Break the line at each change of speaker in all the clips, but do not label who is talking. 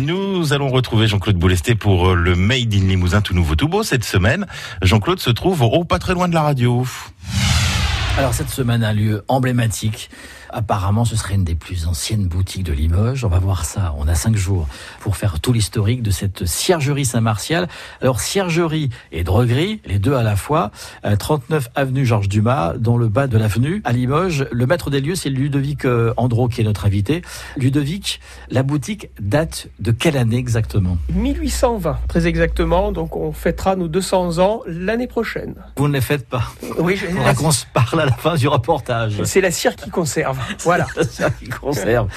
Nous allons retrouver Jean-Claude Boulesté pour euh, le Made in Limousin tout nouveau tout beau cette semaine. Jean-Claude se trouve oh, pas très loin de la radio.
Alors cette semaine un lieu emblématique. Apparemment, ce serait une des plus anciennes boutiques de Limoges. On va voir ça. On a cinq jours pour faire tout l'historique de cette ciergerie Saint-Martial. Alors ciergerie et droguerie, les deux à la fois. euh, 39 avenue Georges Dumas, dans le bas de l'avenue à Limoges. Le maître des lieux, c'est Ludovic euh, Andro qui est notre invité. Ludovic, la boutique date de quelle année exactement
1820, très exactement. Donc, on fêtera nos 200 ans l'année prochaine.
Vous ne les faites pas.
Oui, je-
Faudra qu'on se parle à la fin du reportage.
c'est la cire qui conserve. Voilà.
Ça qui conserve.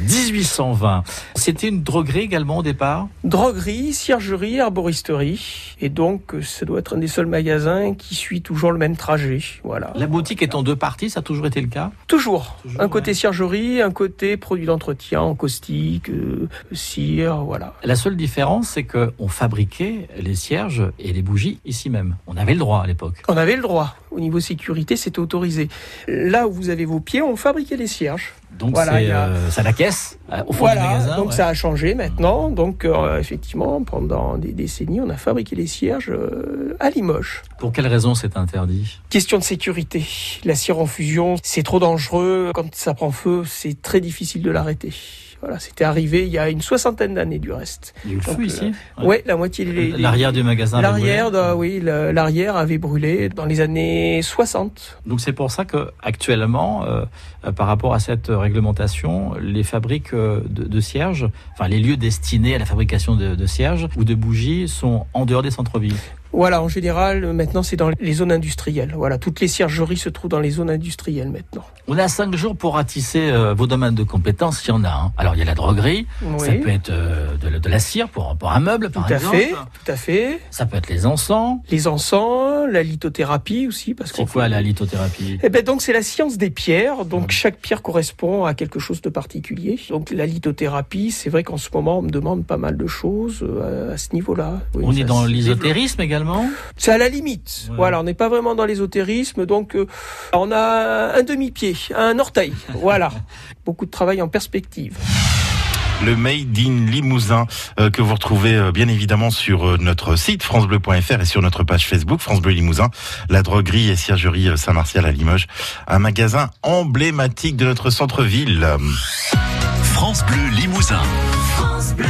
1820. C'était une droguerie également au départ.
Droguerie, ciergerie, arboristerie. Et donc, euh, ça doit être un des seuls magasins qui suit toujours le même trajet. Voilà.
La boutique est en deux parties, ça a toujours été le cas.
Toujours.
Toujours,
un côté ciergerie, un côté produits d'entretien, en caustique, euh, cire, voilà.
La seule différence, c'est qu'on fabriquait les cierges et les bougies ici même. On avait le droit à l'époque.
On avait le droit. Au niveau sécurité, c'était autorisé. Là où vous avez vos pieds, on fabriquait les cierges.
Donc
Voilà, il
c'est
y a-
euh, ça la caisse euh, au fond
voilà,
du magasin.
donc
ouais.
ça a changé maintenant. Donc euh, effectivement, pendant des décennies, on a fabriqué les cierges euh, à Limoges.
Pour quelle raison c'est interdit
Question de sécurité. La cire en fusion, c'est trop dangereux. Quand ça prend feu, c'est très difficile de l'arrêter. Voilà, c'était arrivé il y a une soixantaine d'années du reste.
Il y a eu le
Donc,
feu
euh,
ici.
Ouais, la moitié des... des-
L'arrière du magasin. Euh, avait
L'arrière,
brûlé.
de- oui, le- l'arrière avait brûlé dans les années 60.
Donc c'est pour ça que actuellement, euh, euh, par rapport à cette euh, réglementation, les fabriques euh, de, de cierges, enfin les lieux destinés à la fabrication de, de cierges ou de bougies sont en dehors des centres-villes.
Voilà, en général, maintenant c'est dans les zones industrielles. Voilà, toutes les ciergeries se trouvent dans les zones industrielles maintenant.
On a cinq jours pour ratisser euh, vos domaines de compétences, s'il y en a. hein. Alors il y a la droguerie, ça
Oui.
peut être euh, de, la- de la cire pour, pour un meuble, par
Tout à
exemple.
fait, tout à fait.
Ça peut être les encens.
Les encens, la lithothérapie aussi, parce qu'on
C'est quoi
fait-
la lithothérapie
eh ben donc c'est la science des pierres, donc
Mhm.
chaque pierre correspond à quelque chose de particulier. Donc la lithothérapie, c'est vrai qu'en ce moment on me demande pas mal de choses euh, à ce niveau-là. Oui,
On
ça
est dans
se développe.
l'ésotérisme également.
C'est à la limite.
Ouais.
Voilà, on n'est pas vraiment dans l'ésotérisme, donc euh, on a un demi-pied, un orteil. voilà, beaucoup de travail en perspective.
Le Made in Limousin euh, que vous retrouvez euh, bien évidemment sur euh, notre site francebleu.fr et sur notre page Facebook France Bleu Limousin, la droguerie et ciergerie euh, Saint-Martial à Limoges, un magasin emblématique de notre centre-ville.
France Bleu Limousin.
France Bleu.